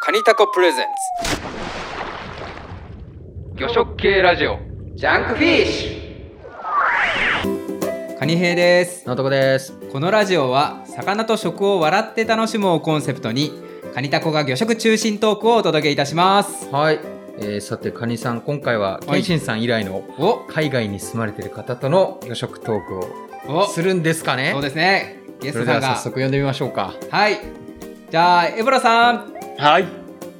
カニタコプレゼンツ魚食系ラジオジャンクフィッシュカニ兵ですなとこです。このラジオは魚と食を笑って楽しもうをコンセプトにカニタコが魚食中心トークをお届けいたしますはい。えーさて、カニさん、今回は、はケいンシンさん以来の、お海外に住まれてる方との魚食トークおをするんですかねそうですねゲスそれトさでんはが早速呼んでみましょうか。はいじゃあエボラさんはい。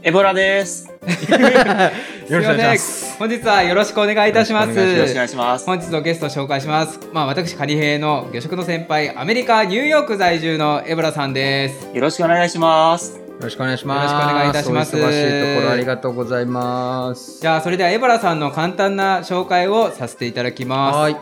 エボラです。よろしくお願いします。いません本日はよろしくお願いいたしますよろしくおよろしくお願いします。本日のゲストを紹介します。まあ私カニ兵の魚食の先輩、アメリカニューヨーク在住のエブラさんです。よろしくお願いします。よろしくお願いします。よろしくお願いいたしますお忙しいところありがとうございます。じゃあそれではエブラさんの簡単な紹介をさせていただきます。はい。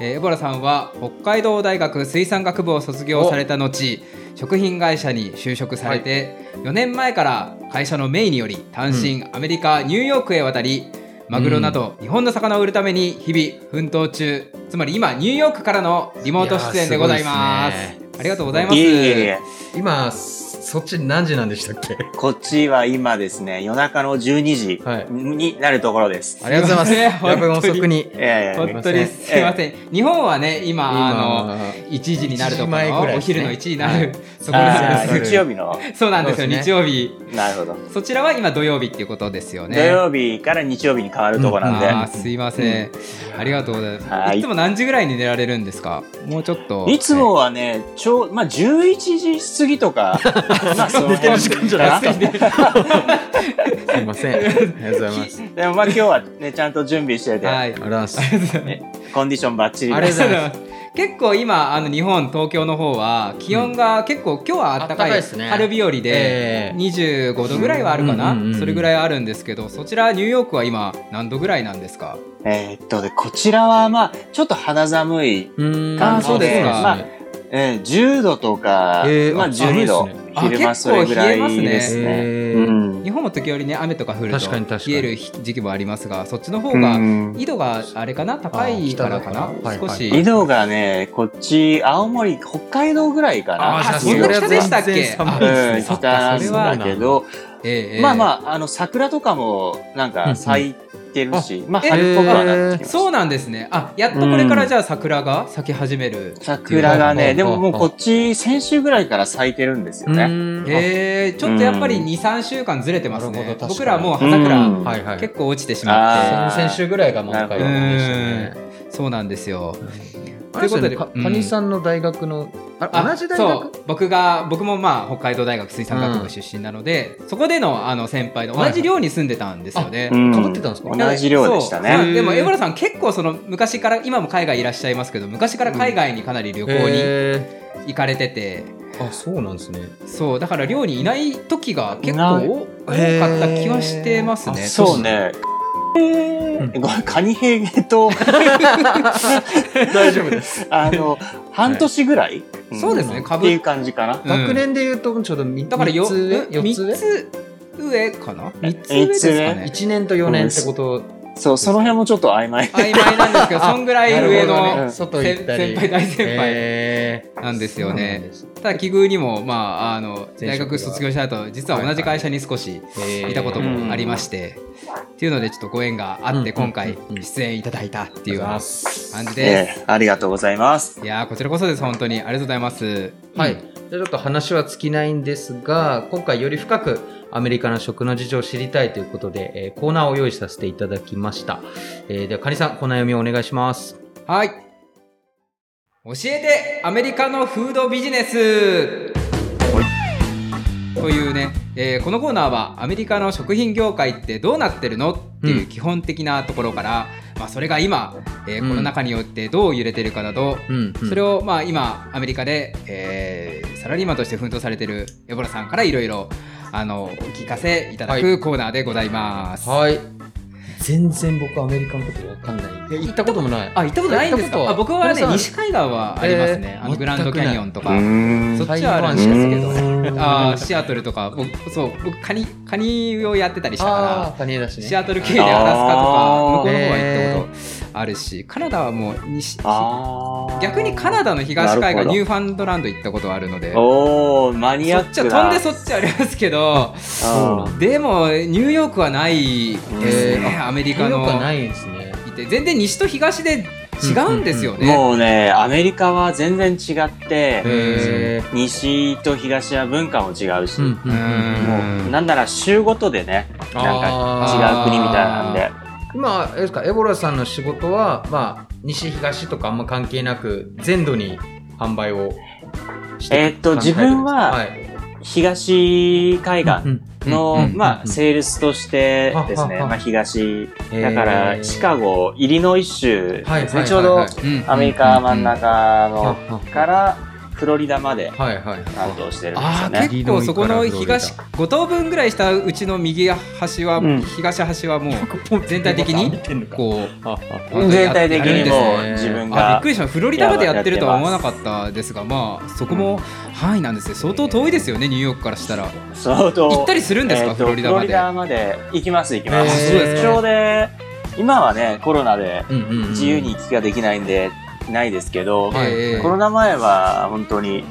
えーエボラさんは北海道大学水産学部を卒業された後食品会社に就職されて、4年前から会社の名義により単身アメリカ・ニューヨークへ渡りマグロなど日本の魚を売るために日々奮闘中つまり今ニューヨークからのリモート出演でございますいやーすごいですねありがとうございまいすえいえいえ。今、そっち何時なんでしたっけこっちは今ですね、夜中の12時はいになるところです。ありがとうございます。すいません夜分遅くに。いやいやいや本当にすいません、日本はね今あのの、 1時になるとこ1時前ぐらろ、いですねお昼の1時になる、はい そこなあんーで日曜日の、すそうなんですよそうですね日曜日なるほど。そちらは今土曜日っていうことですよね土曜日から日曜日に変わるとこなんで、あーすいません、ありがとうございまはすいいつも何時ぐらいに寝られるんですかもうちょっといつもはね、ちょう、まあ、11時過ぎとか、まあ、その寝てる時間じゃないかな。すいません。ありがとうござい ます。でも、まあ、今日はね、ちゃんと準備してて、はいあらす。コンディションバッチリありがとうございます。結構今あの日本東京の方は気温が結構、今日は暖か暖いかいですね春日和でええ25度ぐらいはあるかな、うんうんうんうんそれぐらいあるんですけどそちらニューヨークは今何度ぐらいなんですかえーっとで、こちらは、まあ、ちょっと肌寒いあーあそうですかまあえー、10度とか、えーまああ12度、寒いですねあ昼間結そ構れぐら冷えますいねですね。えーうん日本も時折ね雨とか降ると確かに確か冷にえる時期もありますがそっちの方うがん緯度があれかな高いからかな、あー北だか少らし、はいはい緯度がね、こっち、青森、北海道ぐらいかな。あーじゃあうんそんな北でしたっけ全然寒いですねうん、そっ北かなんそれはだけど、ええまあまあ、あの、桜とかも、なんうんうか、ん咲いてるし、まあ、え春っぽくはなってきまそうす。なんですねあやっとこれからじゃあ桜が咲き始める、桜がうんうんね、でももううんこっち、先週ぐらいから咲いてるんですよね。ええー、ちょっとやっぱりうん23週間ずれてますなるねほど確かに僕らはもう葉うん桜ーはいはい。結構落ちてしまっあ先々週ぐらいが満開でしたなるね。てそうなんですよあれですよというね、こかとでうんカニさんの大学の、ああ同じ大そう学僕が僕もまあ北海道大学水産学う部ん出身なので、そこでのあの先輩の同じ寮に住んでたんですよね、うんかぶってたんですか同じ量でしたそうね。そうでも江原さん結構その昔から今も海外いらっしゃいますけど昔から海外にかなり旅行にへ行かれてて、ーあ、そうなん ですね。そうだから寮にいない時が結構多いへーかった気はしてますね。そうねうね。んごめんカニヘイゲと、大丈夫です。あの、半年ぐらい、んそうですねっていう感じかな。学年で言うと、ちょうど3だからよつ上三4つ上つ上かな三つ上ですかね。 1年と4年ってこと、そう、その辺もちょっと曖昧。曖昧なんですけどそんぐらい上なるほどのね外行った先り。輩大先輩へーなんですよね。そうなんただ奇遇にもまああの前大職が学卒業した後実は同じ会社に少しですへーいたこともありまして、っていうのでちょっとご縁があってうんうんうん今回出演いただいたっていうような感じです。ええありがとうございます。いやーこちらこそです本当にありがとうございます。はい。じゃあちょっと話は尽きないんですが、今回より深くアメリカの食の事情を知りたいということで、えーコーナーを用意させていただきました。えーでは、カニさん、コーナー読みをお願いします。はい。教えてアメリカのフードビジネスというね、えーこのコーナーはアメリカの食品業界ってどうなってるのっていううん基本的なところから、まあ、それが今、えーうんコロナ禍によってどう揺れてるかなど、うん、それをまあ今アメリカで、えーサラリーマンとして奮闘されてるエボラさんからいろいろあのお聞かせいただはくコーナーでございます。はい。全然僕、アメリカのことわかんない。行ったこともない。あ行ったことないんです行か。ったあこと僕ははね皆さん西海岸はありますね。えーあのグランドキャニオンとか。そんっちはあるん台湾でしすかけど、好きだあーシアトルとか、僕そう僕カニカニをやってたりしたあかー、カニだしら、ね。シアトル系でアラスカとかあー向こうの方は行ったことああるしカナダはもう西あー逆にカナダの東海な岸るほどニューファンドランド行ったことあるのでそおおマニアっッちはクな飛んでそっちはありますけどそうなんだでもニューヨークはないですね、アメリカのはないですね。いて全然西と東で違うんですよね、うんもうねアメリカは全然違ってへ西と東は文化も違うし、ー。うんもうなんなら州ごとでねなんか違あう国みたいなんでー今、あれですか、エボラさんの仕事は、まあ、西、東とかあんま関係なく、全土に販売をしてえーっと自分はい、東海う岸んの、うんうんまうあ、んセールスとしてですね、はははまあ、東えーだからシカゴイリノイ州ですね、はいはいはいちょうどうんアメリカ真ん中はのはからフロリダまではいはい。担当してるんですあよあね。結構そこの東5等分ぐらいしたうちの右端は、うん東端はも う全体的にこううあ全体的にやもるんうです自ね分あびっがくりしたフロリダまでやってるとは思やわなばいかったですがまあそこも範囲なんですね相当遠いですよねニューヨークからしたら相当行ったりするんですか、えーとフロリダまでまで行きます行きまあす。そうです出張で今はねコロナでうんうんうん自由に行き来ができないんでないですけど、はいええコロナ前は本当に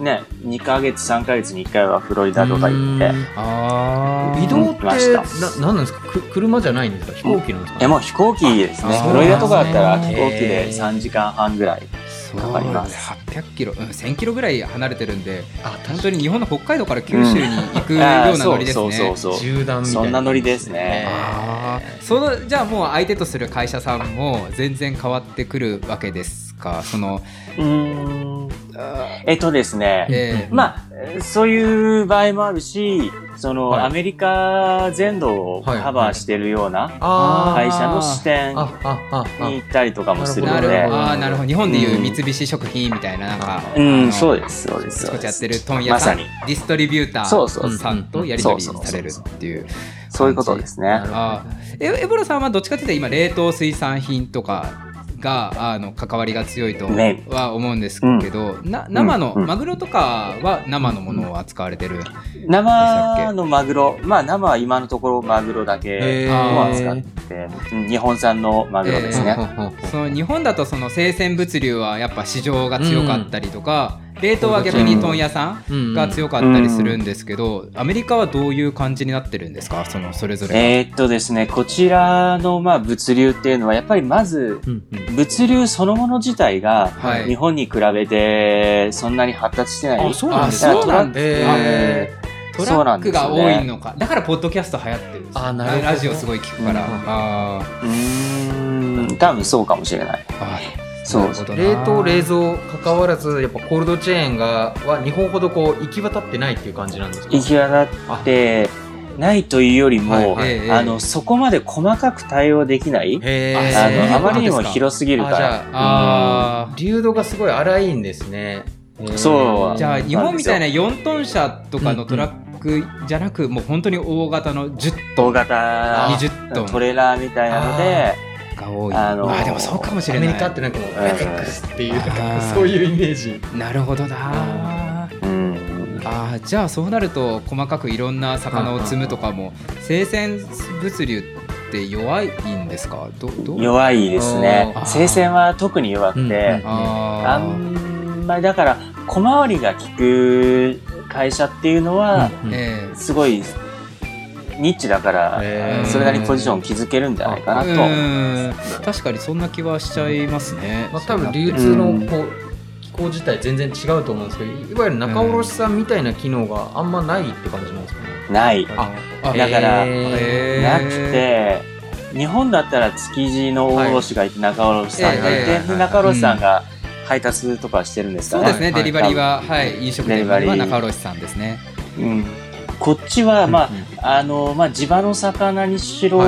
ね2ヶ月3ヶ月に1回はフロリダとか行って。あー移動って行きましたななんなんですかく車じゃないんですか飛行機なんですか、えもう飛行機ですねあフロリダとかだったあらー飛行機で3時間半ぐらいそうかかります800キロ、うん、1000キロぐらい離れてるんであ本確当かに日本の北海道から九州に行くようあーなそノうリですそうそねうそうに縦断みたいそんなノリですねあーそのじゃあもう相手とする会社さんも全然変わってくるわけですかそのうーんえっとですね、えままあえーそういう場合もあるしその、はいアメリカ全土をはいカバーしてるようなあはい会社の支店ああああに行ったりとかもすーるなのるほでどあーなるほど日本でいううん三菱食品みたいななんか、うんうそうですそうですそこそうででやっすてる問屋さんまさにディストリビュータそうーそううんさんとやり取りされるっていうそういうことですねなるほどあーえエボラさんはどっちかというと今冷凍水産品とかがあの関わりが強いとねは思うんですけど、な生の、うんうんマグロとかは生のものを扱われてる、生のマグロまあ生は今のところマグロだけへをー扱って、うん日本産のマグロですね、その日本だとその生鮮物流はやっぱ市場が強かったりとか、冷凍は逆に問屋さんが強かったりするんですけど、アメリカはどういう感じになってるんですかそのそれぞれ、えーっとですねこちらのまあ物流っていうのはやっぱりまずうんうん物流そのもの自体がはい日本に比べてそんなに発達してない、あそうなんですあかそうなんだへトそラうなッんクですがよ多いねのか、だからポッドキャスト流行ってるんですよあなるほどラジオすごい聞くから、うんあーうーん多分そうかもしれないあそうなるほどーな冷凍冷蔵かかわらずやっぱコールドチェーンがは日本ほどこう行き渡ってないっていう感じなんですか行き渡ってないというよりも、はいはいええあのそこまで細かく対応できない、へーそうなんあですのかあまりにも広すぎるかあじらゃああ流動がすごい荒いんですねへーそうーじゃあ日本みたいな4トン車とかのトラックじゃなく、もう本当に大型の10ト大ン型20トントレーラーみたいなのでが多いあのーまあでもそうかもしれアなメいリカってなんかもううんフェデックスっていうなんあかーそういうイメージなるほどなうんあーじゃあそうなると細かくいろんな魚を積むとかも生鮮物流って弱いんですかどどう弱いですねあー生鮮は特に弱くて、うんああーんまりだから小回りが利く会社っていうのはうんええすごいニッチだから、へーそれなりにポジションを築けるんじゃないかなと、うーん確かにそんな気はしちゃいますね、まあ、多分流通のこう機構自体全然違うと思うんですけどいわゆる仲卸さんみたいな機能があんまないって感じなんですかね、ないああだからへーなくて日本だったら築地の大卸がいて中卸さんがいはいはいてはいで中卸さんが配達とかしてるんですかそうねですね、はいデリバリーは、はい、飲食店デリはバリー中卸さんですね。うん、こっちは、まうんうんああのまあ、地場の魚にしろ、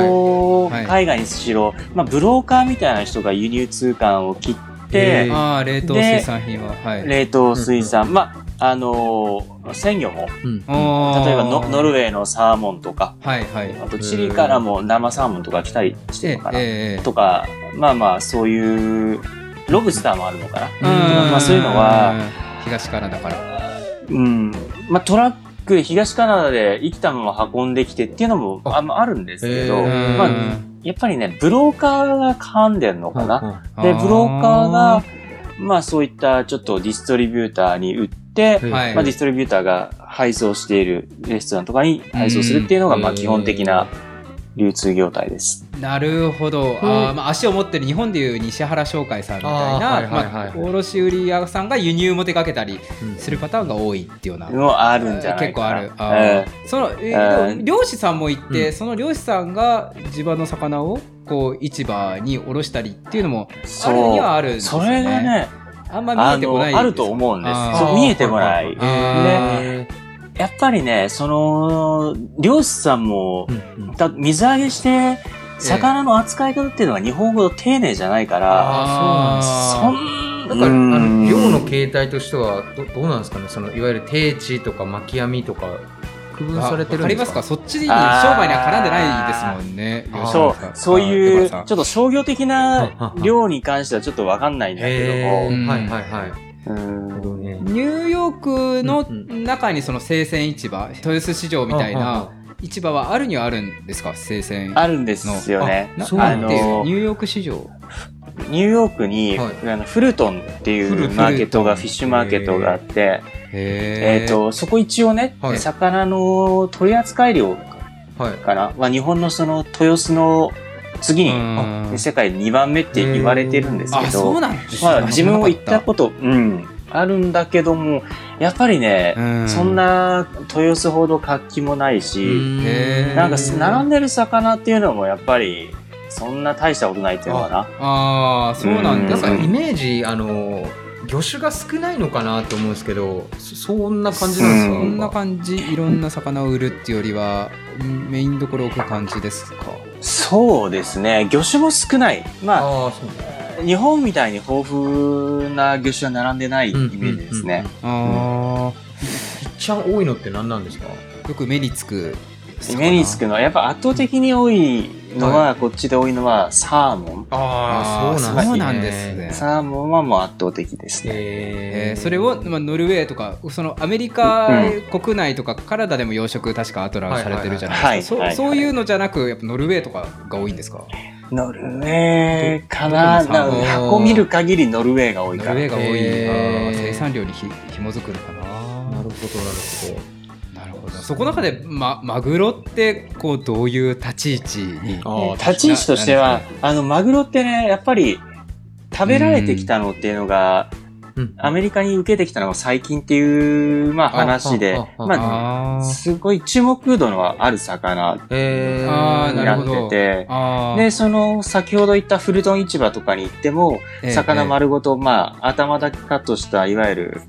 はいはい海外にしろ、まあ、ブローカーみたいな人が輸入通関を切ってへああ、冷凍水産品は、はい。冷凍水産、まああの鮮魚もうん例例えばノノルウェーのサーモンとかはいはい。あとチリからも生サーモンとか来たりしてえるのかな、ええとかまあまあそういうロブスターもあるのかな、えまあそういうのは、東からだから。うんまあ、トラックで東カナダで生きたまま運んできてっていうのもあまああるんですけど、へーまあ、やっぱりね、ブローカーが絡んでんのかな。なあで、ブローカーが、まあそういったちょっとディストリビューターに売って、はいまあ、ディストリビューターが配送しているレストランとかに配送するっていうのが、うんまあ基本的な流通業態です。なるほど、あーまあ、足を持ってる日本でいう西原商会さんみたいなあーはいはいはいまあ卸売屋さんが輸入も手掛けたりうんするパターンが多いっていうような。もうあるんじゃない結構かあな。る。あーえその、ええーでも漁師さんも行って、うんその漁師さんが地場の魚をこう市場に卸したりっていうのもえあるにはそう。あるんですそよね。れがね、あんま見あえてこの、ないあると思うんですあ。ーそう見えてもない。あーね。やっぱりね、その、漁師さんも、うんうんだ水揚げして、魚の扱い方っていうのが日本語の丁寧じゃないから、ああーそんだから、あうんの漁の形態としてはどどうなんですかねそのいわゆる定置とか巻き網とか区分されてるんあわかでりますかすかそっちに商売には絡んでないですもんねあー漁師さんそとうか、そういあう、ーちょっとと商業的な量に関してはちょっとわかんないんだへけーえはいはいはい。なども、るうほどねニューヨークのうんう中にその生鮮市場豊洲市場みたいはな市場はあるにはあるんですか生鮮んあるんですよね。なそうななあんだていうのニューヨーク市場ニューヨークに、はいあのフルトンっていフルうトンマーケットが、フィッシュマーケットがあって、ええっ、と、そこ一応ね、はい魚の取り扱い量はいかな、まあ、日本のその豊洲の次に、世界2番目って言われてるんですけあそうど、なんですねまあ、自分も行ったこと、うん、あるんだけども、やっぱりね、そんな豊洲ほど活気もないし、へーなんか並んででる魚っていうのもやっぱり、そんな大したことないっていうのかな。ああそうなんでなんすかねイメージあの魚種が少ないのかなと思うんですけどそそんな感じなんですかそんな感じいろんな魚を売るっていうよりはんメインどころを置く感じですかそうですね、魚種も少ない。まあ、ああそう日本みたいに豊富な魚種は並んでないイメージですね。あ一番多いのって何なんですかあよく目につく目につくのは、やっぱ圧倒的に多いのは、こっちで多いのはサーモン。あーねそうなんですねサーモンはもう圧倒的ですね。へえーーそれを、まあ、ノルウェーとかそのアメリカ国内とかカナダでも養殖確かアトラをされてるじゃないですか、はいはいはいそはうそいういうのじゃなくやっぱノルウェーとかが多いんですかノルウェーかなどどこの産な業箱見る限りノルウェーが多ノいルウから。ェーが多い、へーあー生産量にひ紐づくのかななるほどなるほどなるほどそこの中で、ま、マグロってこうどういう立ち位置にあー立ち位置としては、あの、マグロってね、やっぱり食べられてきたのっていうのが、うんアメリカに受けてきたのが最近っていう、まあ話で、ああまああ、ーすごい注目度のある魚えーあーになるほなどってて、あーで、その、先ほど言ったフルトン市場とかに行っても、ええ魚え丸ごと、まあ、頭だけカットした、いわゆる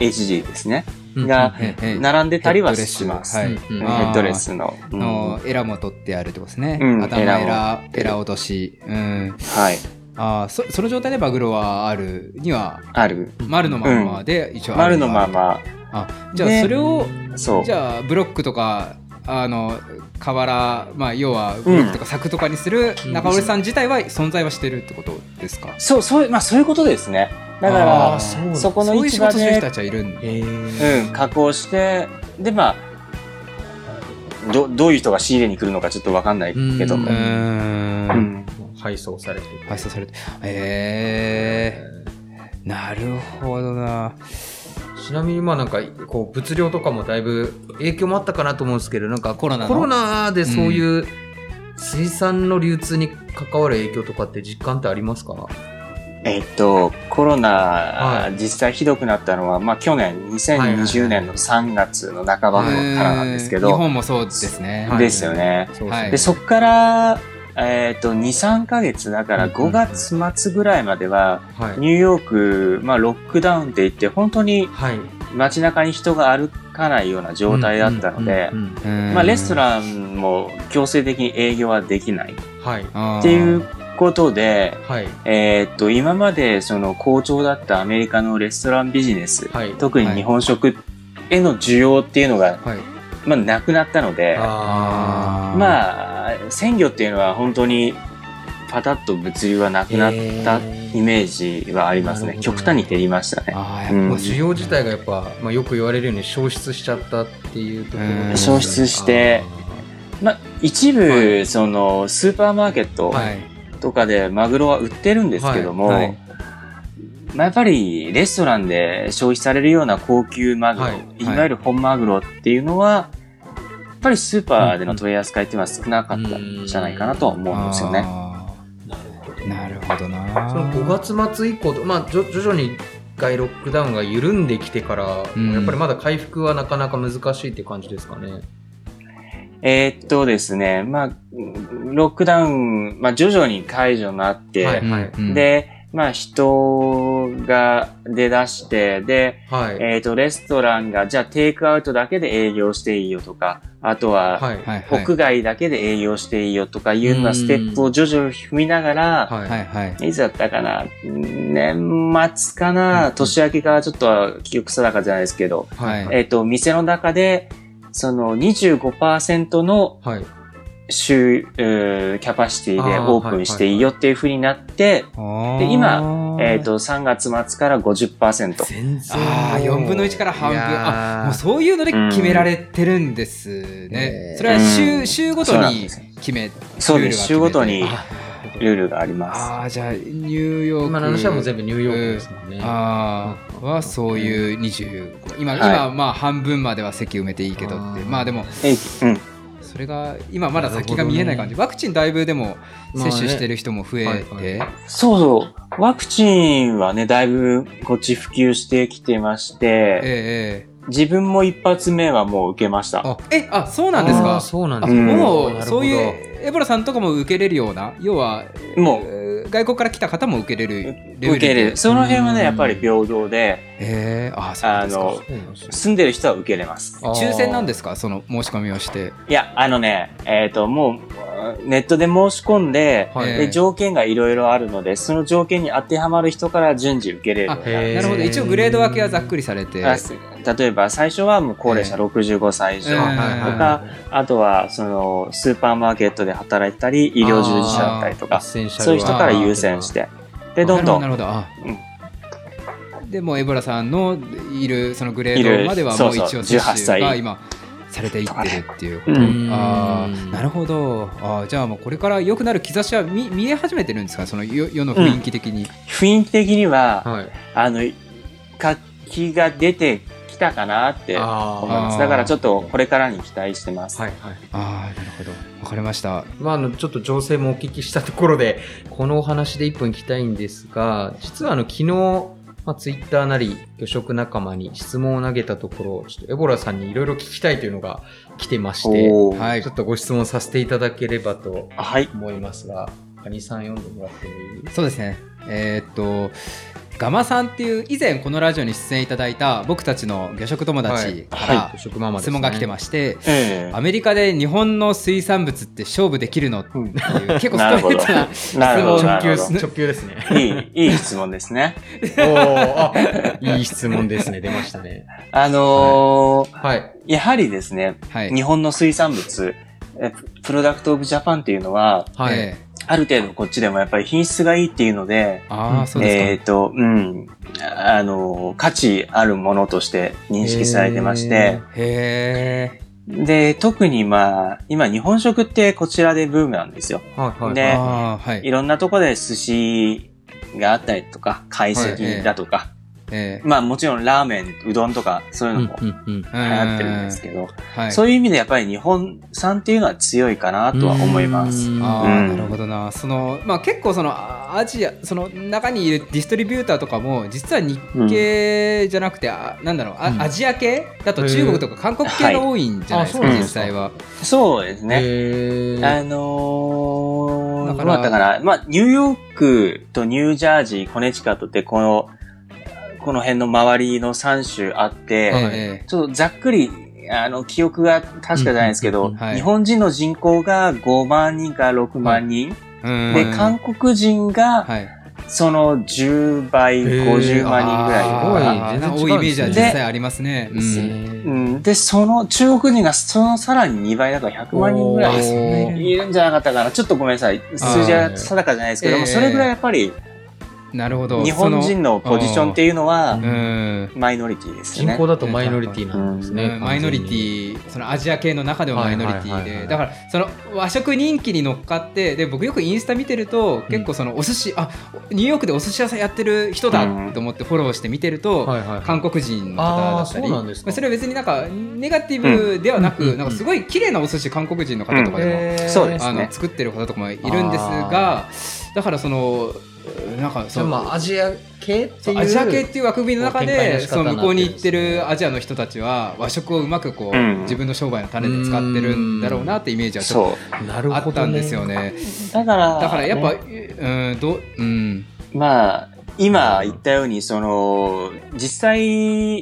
HG ですね、がえええ並んでたりはします。はいうんヘうんッドレスの。えうんのエラも取ってあるってことですね、うん頭エエララをエラ落とし、うん、はい。あーそその状態でマグロはあるにはある。丸のまんまで一応あ丸るにのはまあるま。じゃあねそれをそうじ。ゃあブロックとかあの河原まあ要はブロックとか柵とかにするうん中折さん自体は存在はしてるってことですか、そう、そう、まあそういうことですね。だかあら、そうなんそこのそういう仕市場事してる人でた、ちはいるんでえうん、加工して、で、まあ、ど、どういう人が仕入れに来るのかちょっとわかんないけどううも。ーんうん。配送されてる配送されてえー、なるほどなちなみにまあなんかこう物量とかもだいぶ影響もあったかなと思うんですけどなんかコロナのコロナでそういう水産の流通に関わる影響とかって実感ってありますか、えっと、コロナ、は実際ひどくなったのは、まあ去年、2020年の3月の半ばからなんですけえー日ど、本もそうですね、はいですよね。そうですねで、そっから、えっと、2、3ヶ月、だから5月末ぐらいまでは、はい、ニューヨーク、まあ、ロックダウンって言って、本当にはい、街中に人が歩かないような状態だったのでう、んうんうんまあ、レストンランも強制的に営業はできないっうんはいっていうことで、はいえーっと、今までその好調だったアメリカのレストランビジネス、はい特に日本食への需要っていうのが、はいまあ、なくなったので、ああまあ、鮮魚っていうのは本当にパタッと物流はなくなったイメージはありますねえ。ー極端に減りましたね。あーやっぱうんー需要自体がやっぱ、まあ、よく言われるように消失しちゃったっていうところうん消失してあーまあ、一部、はいそのスーパーマーケットはいとかでマグロは売ってるんですけども、はいはいまあ、やっぱりレストランで消費されるような高級マグロ、はいいはいわゆる本マグロっていうのは、やっぱりスーパーでの取り扱いっていうのは少なかったんじゃないかなとは思うんですよね。あなるほどーなるほどなその5月末以降と、まあ、じょ徐々に一回ロックダウンが緩んできてから、うんやっぱりまだ回復はなかなか難しいって感じですかね。えーっとですね、まあ、ロックダウン、まあ、徐々に解除になって、はいうんで、まあ、人が出だして、で、はい。えーっと、レストランが、じゃあテイクアウトだけで営業していいよとか、あとは、はい。はいはい屋外だけで営業していいよとかいうよううなんステップを徐々に踏みながら、はい。はいはいいつだったかな年末かうなん年明けからちょっとは記憶定かじゃないですけど、はいえっと、店の中で、その25%のはい。収、えーキャパシティであーオープンしていいよっていう風になって、で今えっ、と、3月末から50%。全然ああ4分の1から半分あもうそういうので決められてるんですね、うんそれはう週ん週ごそとうなんにですよ決めそうです。ル週ールごがと決めてにルールがあります。ああじゃあニューヨーク今の話はもう全部ニューヨークですもんね。あーはそういう25今、はい今はまあ半分までは席埋めていいけどってあーまあでもえいうん。それが今まだ先が見えない感じ、ワクチンだいぶでも接種してる人も増えまあて、ねそうそう。ワクチンはね、だいぶこっち普及してきてまして、ええええ自分も一発目はもう受けました。あえあそうなんですあーかそうなんあでうすんねもなうるほどそういうエボラさんとかも受けれるような要はもう、えー外国から来た方も受けれるレベル受け入れる。その辺はうんね、やっぱり平等で、えー、あそうあですかの、そうなんですね住んでる人は受けれます。あー抽選なんですかその申し込みをしていや、あのね、えっ、と、もう、ネットで申し込んで、はいえーで条件がいろいろあるので、その条件に当てはまる人から順次受けれるようになへるー。なるほど一応グレード分けはざっくりされて、あ例えば、最初はもう高齢者え65歳以上、えーとか、あとは、その、スーパーマーケットで働いてたり、医療従事者だったりとか、そういう人から優先してて。で、どんど、なんるほどなるほどあ、でもエボラさんのいるそのグレードまではいるもうそう一そう応接18種が歳今されていってるっていうう。ん、あーなるほほどあーじゃあもうこれから良くなる兆しは見見え始めてるんですかその世世の雰囲気的に、雰囲気的には、はい。あの、活気が出てきたかなって思いあます。だからちょっと、これからに期待してます。あ。はいはい。ああなるほどわかりましたまあ、あのちょっと情勢もお聞きしたところでこのお話で1分いきたいんですが実はあの昨日、まあ、ツイッターなり魚食仲間に質問を投げたところちょっとエボラさんにいろいろ聞きたいというのが来てまして、おーはいちょっとご質問させていただければとはい。思いますがカニさん読んでもらってもいいそうですね。えーっと、ガマさんっていう以前このラジオに出演いただいた僕たちの魚食友達はいか魚食ママらです、質ね、問が来てまして、えアメリカで日本の水産物って勝負できるのってうんいう結構ストなレるほどートな。え。なるほど、質問な直球るほど。直球ですねいい、いい質問で すね。おーあいい質問ですね出ましたねあのーはいやはりですね、はい。日本の水産物、えプロダクトオブジャパンっていうのは、はい、えある程度こっちでもやっぱり品質がいいっていうので、ーああ、そうですか。えっ、と、うん、あの、価値あるものとして認識されてまして、へで、特にまあ、今日本食ってこちらでブームなんですよ。はいはいえ。でああ、はいい。ろんなとこで寿司があったりとか、懐石だとか、えまあもちろんラーメン、うどんとかそういうのもうんうんうんー、流流行ってるんですけど、はい。そういう意味でやっぱり日本産っていうのは強いかなとは思います。うんああ、うんなるほどなその、まあ、結構そのあアジアその中にいるディストリビューターとかも実は日系じゃなくて、あなんだろうあ、うんアジア系だと中国とか韓国系が多いんじゃないですか、はいあそうなん実ですか際は。そうですへね。ーあのだー、かどらうだったかな、まあ、ニューヨークとニュージャージー、コネチカットって、この、この辺の周りの3州あって、はいえちょっとざっくり、あの、記憶が確かじゃないですけうんど、うんうんはい日本人の人口が5万人から6万人、えうんで、韓国人が、はい、その10倍、へー50万人ぐらいすごいあー全然多いイメージは違う実んですね際ありますね。ううんんうん、で、その、中国人がそのさらに2倍だから100万人ぐらいおーそんなに いるんじゃなかったかな。ちょっとごめんなさい。数字は定かじゃないですけどえも、えそれぐらいやっぱり、なるほど日本人のポジションっていうのはそのうんマイノリティですよ人ね口。だとマイノリティなんですね。うんマイノリティそのアジア系の中でもマイノリテはいィはいはいはでいだからその和食人気に乗っかってで僕よくインスタ見てると結構そのお寿司、あニューヨークでお寿司屋さんやってる人だと思ってフォローして見てると、はいはい韓国人の方だったありーそうなんですかまあそれは別になんかネガティブではなく、うんなんかすごい綺麗なお寿司韓国人の方とかでも、へーそうですあねの作ってる方とかもいるんですがだからそのなんかじそゃあのまあアジア系ってそいううアジア系っていう枠組みの中こう展開での仕そ方のになってるんですね向こうに行ってるアジアの人たちは和食をうまくこう、うん自分の商売の種で使ってるんだろうなってイメージはちょっそなとるあほったどんねですよね。う。だから、だからやっぱ、ねうんどううんまあ、今言ったように、その、実際、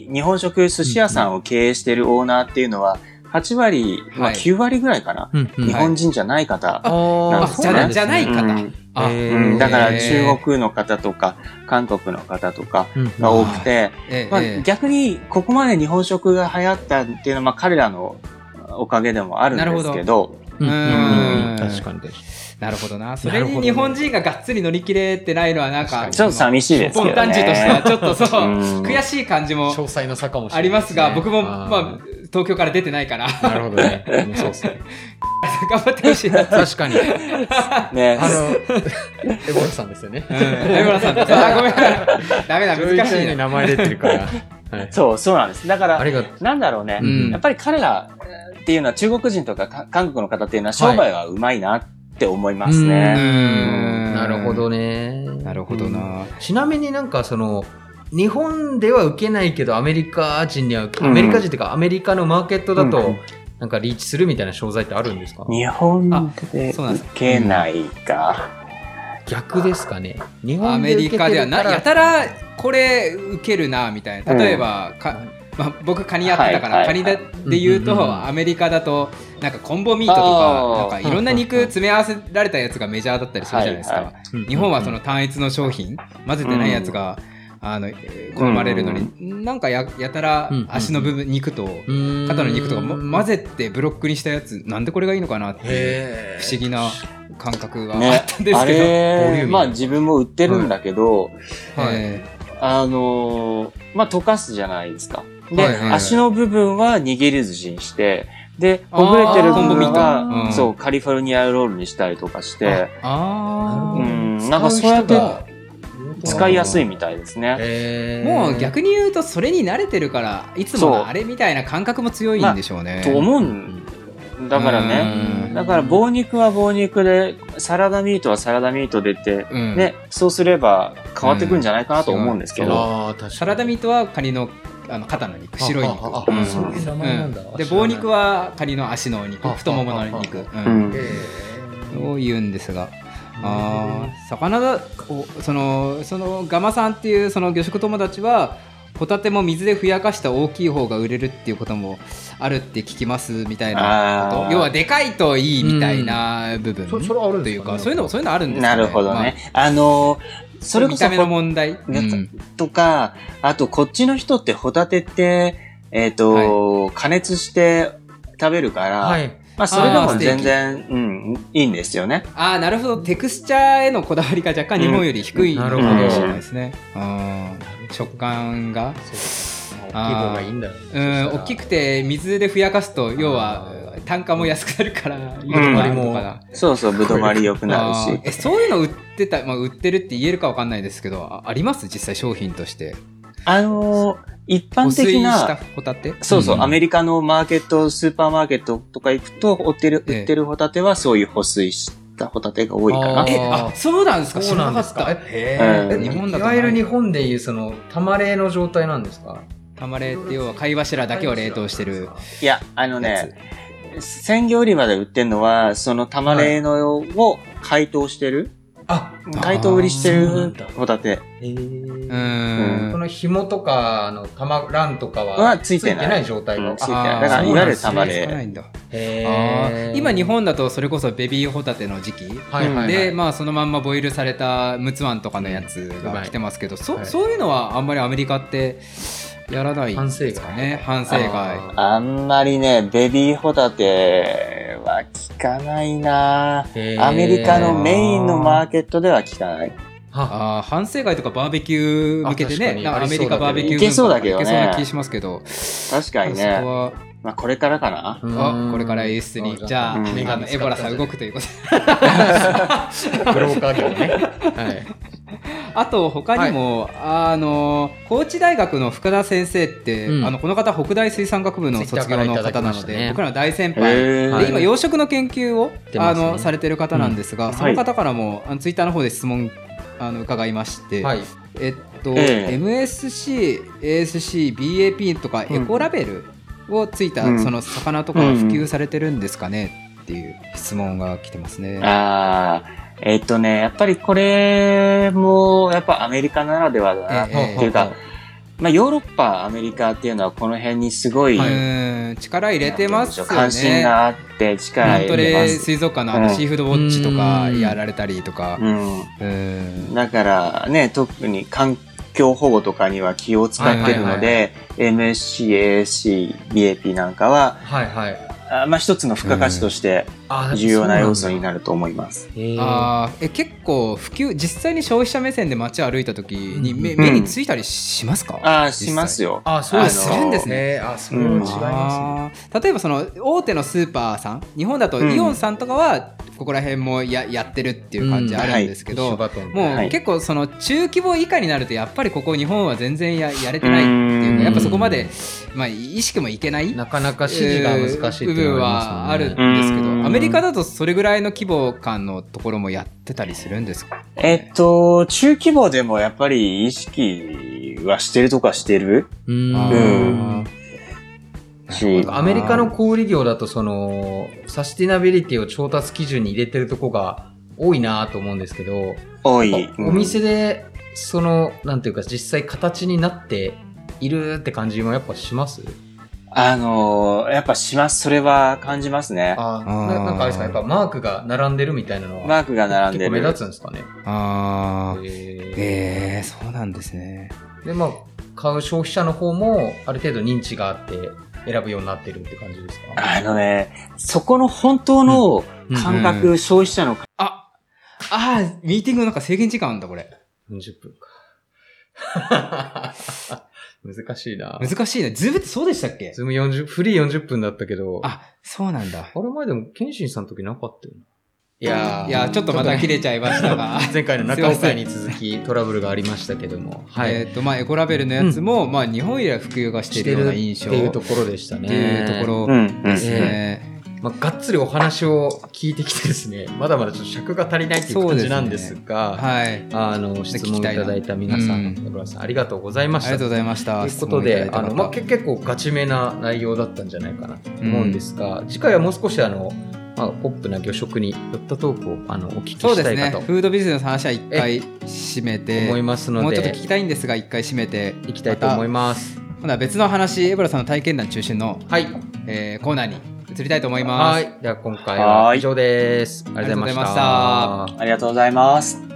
日本食寿司屋さんを経営しているオーナーっていうのは、8割、まはあい9割ぐらいかな。うんうん日本人じゃない方。あああ、じそゃうなんですじねゃない方うんあへうーんだからえー中国の方とか、韓国の方とかうんが多くて、ええまあええ逆にここまで日本食が流行ったっていうのは、まあ彼らのおかげでもあるんですけど、うんううんうんん確かにです。なるほどなそなれるほにどね日本人ががっつり乗り切れてないのはなん確かかにちょっと寂しいですけどね。ボンタンジとしてはちょっとそう、うん悔しい感じも詳細の差かもしれあないりでますすね。が僕もーまあ東京から出てないから なるほどね。うんそうですね。頑張ってほしいな。確かに。ねあ の、エボラさんですよね。うん、相村さんですあごめんダメだ難しいなね。名前出てるから。 はい。そう、そうなんです。だかあら、りがとう。なんだろうねう。んやっぱり彼らっていうのは中国人とかか韓国の方っていうのは商売はうまいなって思いますうね。んなるほどね。なるほどな、ちなみになんかその日本では受けないけどアメリカ人にはうんアメリカ人っていうかアメリカのマーケットだうとんなんかリーチするみたいな商材ってあるんですか日本であそうなんです受けないか。逆ですかね日ア本メで受リけてるカからではなやたらこれ受けるなみたいな例えば、かまあ、僕カニやってたから、はいカはいニはいでで言うと、うんうんうんアメリカだとなんかコンボミートとかあーなんかいろんな肉詰め合わせられたやつがメジャーだったりするじゃないですか、はいはいうん日本はその単一の商品混ぜてないやつが、あのえー好まれるのに、なんかややたらうんうんうん足の部分肉とうん肩の肉とかも混ぜてブロックにしたやつなんでこれがいいのかなっていうへー不思議な感覚があねったんですあけど、ボリューミーれ、なまあ自分も売ってるんだけど、はいえあのーまあ、溶かすじゃないですか。で、はいはいはい足の部分は握り寿司にして、で、ほぐれてるあー部分コンボミーは、トうんそう、カリフォルニアロールにしたりとかして、ーあうーん、なんかそうやって使いやすいみたいですね。へーもう逆に言うとそれに慣れてるからいつもそうのあれみたいな感覚も強いんでしょうね。と思うんだからね。うんだから、棒肉は棒肉で、サラダミートはサラダミートでって、うんね、そうすれば変わってくんじゃないかなと思うんですけど。あー確かにサラダミートはカニのあの肩の肉白い肉あああうんそういう名前なんだうんで棒肉ははカニの足のお肉あ太ももの肉ううんん。を言うんですが。あー魚だおそのそのガマさんっていうその魚食友達はホタテも水でふやかした大きい方が売れるっていうこともあるって聞きますみたいなこあとー要はでかいといいみたいな部分、そそれはあるんとでいすうかねかそういうのそういうのあるんですなるほどね。。あ、のーそそれれこ見そた目の問題。ねとか、あとこっちの人ってホタテって、えっ、と、加熱して食べるから、はいまあそれであーもステー全キ然、うん、いいんですよね。ああなるほどテクスチャーへのこだわりが若干日本より低いうんのなかるもほどしれないですね。あー食感がそうか大きい方がいいんだようん大きくて水でふやかすと要はあ単価も安くなるからいいのうんかなとかな。そうそう、ぶどまり良くなるあーし。えそういうの売ってた、まあ、売ってるって言えるかわかんないですけどああります実際商品としてあのー一保般水的したな、ホタテそうそう、うんアメリカのマーケット、スーパーマーケットとか行くと、売ってる、ええ売ってるホタテはそういう保水したホタテが多いかなあ。えあそうなんですかそうなんです知らなかかったえへーうん日本だいとなわいゆる日本でいうそのたまれの状態なんですかたまれって要は貝柱だけを冷凍してるいや、あのやつ、ね、鮮魚売り場で売ってるのは、その玉ねの用を解凍してる、あ解凍売りしてそうなんるだホタテ。えうーーんこの紐とかあの玉ランとかははついてない状態うがんついてあなーい。だから、そういわなゆんでるすね玉少ないね。んだへあーー今日本だとそれこそベビーホタテの時期はいはいはいでまあそのまんまボイルされた陸奥湾とかのやつうまがい来てますけどそ,、はいういうのはあんまりアメリカってやらないんですかね反省正外解あんまりね、ベビーホタテは効かないなアメリカのメインのマーケットでは効かない。はあー反省会とかバーベキュー向けてあ確かね、になんかアメリカバーベキューいけそうだけどね文化いけそうな気しますけど、確かにそこね。はまあ、これからかな。うーあんこれから演出に、じゃあ、うんあのエボラさん動くということで。ブローカー業ね。 はい。あと、他にも、あの、高知大学の深田先生って、うんあのこの方、北大水産学部の卒業の方なの Twitter からいただきましたで、ね僕らの大先輩。へはでい今養殖の研究を、てあますねのされてる方なんですが、んその方からも、あのツイッターの方で質問あの伺いまして、はい。えっと、ええ MSC、ASC、BAP とかうんエコラベルをついた、うんその魚とかは普及されてるんですかねっていう質問が来てますね。ああ。えっとね、やっぱりこれも、やっぱアメリカならではだな。ええっていうか、まあ、ヨーロッパ、アメリカっていうのはこの辺にすごい、うん力入れてますよね。関心があって力モン入トれレまーす。水族館のあのうんシーフードウォッチとかうんやられたりとか。うん。うんだからね、特に環境保護とかには気を使ってるので、MSC、ASC、BAP なんかは、はいはい。あまあ一つの付加価値としてあ重要な要素にる。なると思います。へーあーえ結構普及実際に消費者目線で街歩いた時に目,、うん目についたりしますかああ、しますよ。あ、そうですあかの。ね。あ、そううん違い実際まあー例えばその大手のスーパーさん日本だとうんイオンさんとかはここら辺もややってるっていう感じあるんですすけね。ど、ティッシュバトンもうはい結構その中規模以下になるとやっぱりここ日本は全然ややれてないっていううんかやっぱそこまで、まあ、意識もいけないなかなか指示が難しいっていうのはあります部もんね分はあるんですけどうんアメリカだとそれぐらいの規模感のところもやってたりするんですかえっと、中規模でもやっぱり意識はしてるとかしてるうあんーし、アメリカの小売業だとそのサスティナビリティを調達基準に入れてるとこが多いなと思うんですけど、多い。お店でそのなんていうか実際形になっているって感じもやっぱしますあのーやっぱします。それは感じますね。ああーななんかあれですかやっぱマークが並んでるみたいなのは、マークが並んで結構目る。立つんですかねあーへえー、そうなんですねーでまあ買う消費者の方もある程度認知があって選ぶようになってるって感じですかあのね、そこの本当のうん感覚、消費者のああーミーティングなんか制限時間あんだこれ40分か。難しいな。難しいねズームってそうでしたっけズーム40、フリー40分だったけど、ああそうなんだれ前でも、謙信さんの時なかったよな。いいやちょっとまた切れちゃいましたが前回の中尾会に続きトラブルがありましたけども、 はい。えっ、とまあエコラベルのやつも、まあ日本以来普及がしているような印象っていうところでしたっね。ていうところうん、うんですね。まあ、がっつりお話を聞いてきてですね、まだまだちょっと尺が足りないっていう感じなんですが、はい。あの、質問いただいた皆さん、うん小倉さん、ありがとうございまあしりたがとう。ございました。ということで、あのまあ、結け結構ガチめな内容だったんじゃないかなと思うんですが、次回はもう少しあの、まあ、ポップな魚食に寄ったトークをあのお聞きそうですしたいね。かとフードビジネスの話は一回締めて、思いますのもうちょっとで聞、きたいんですが一回締めていきたいと思いまます。た今度は別の話、エブラさんの体験談中心の、はい、えーコーナーに移りたいと思います。はい、では今回は以上です。ありがとうございましありがとうございまた。ありがとうございます。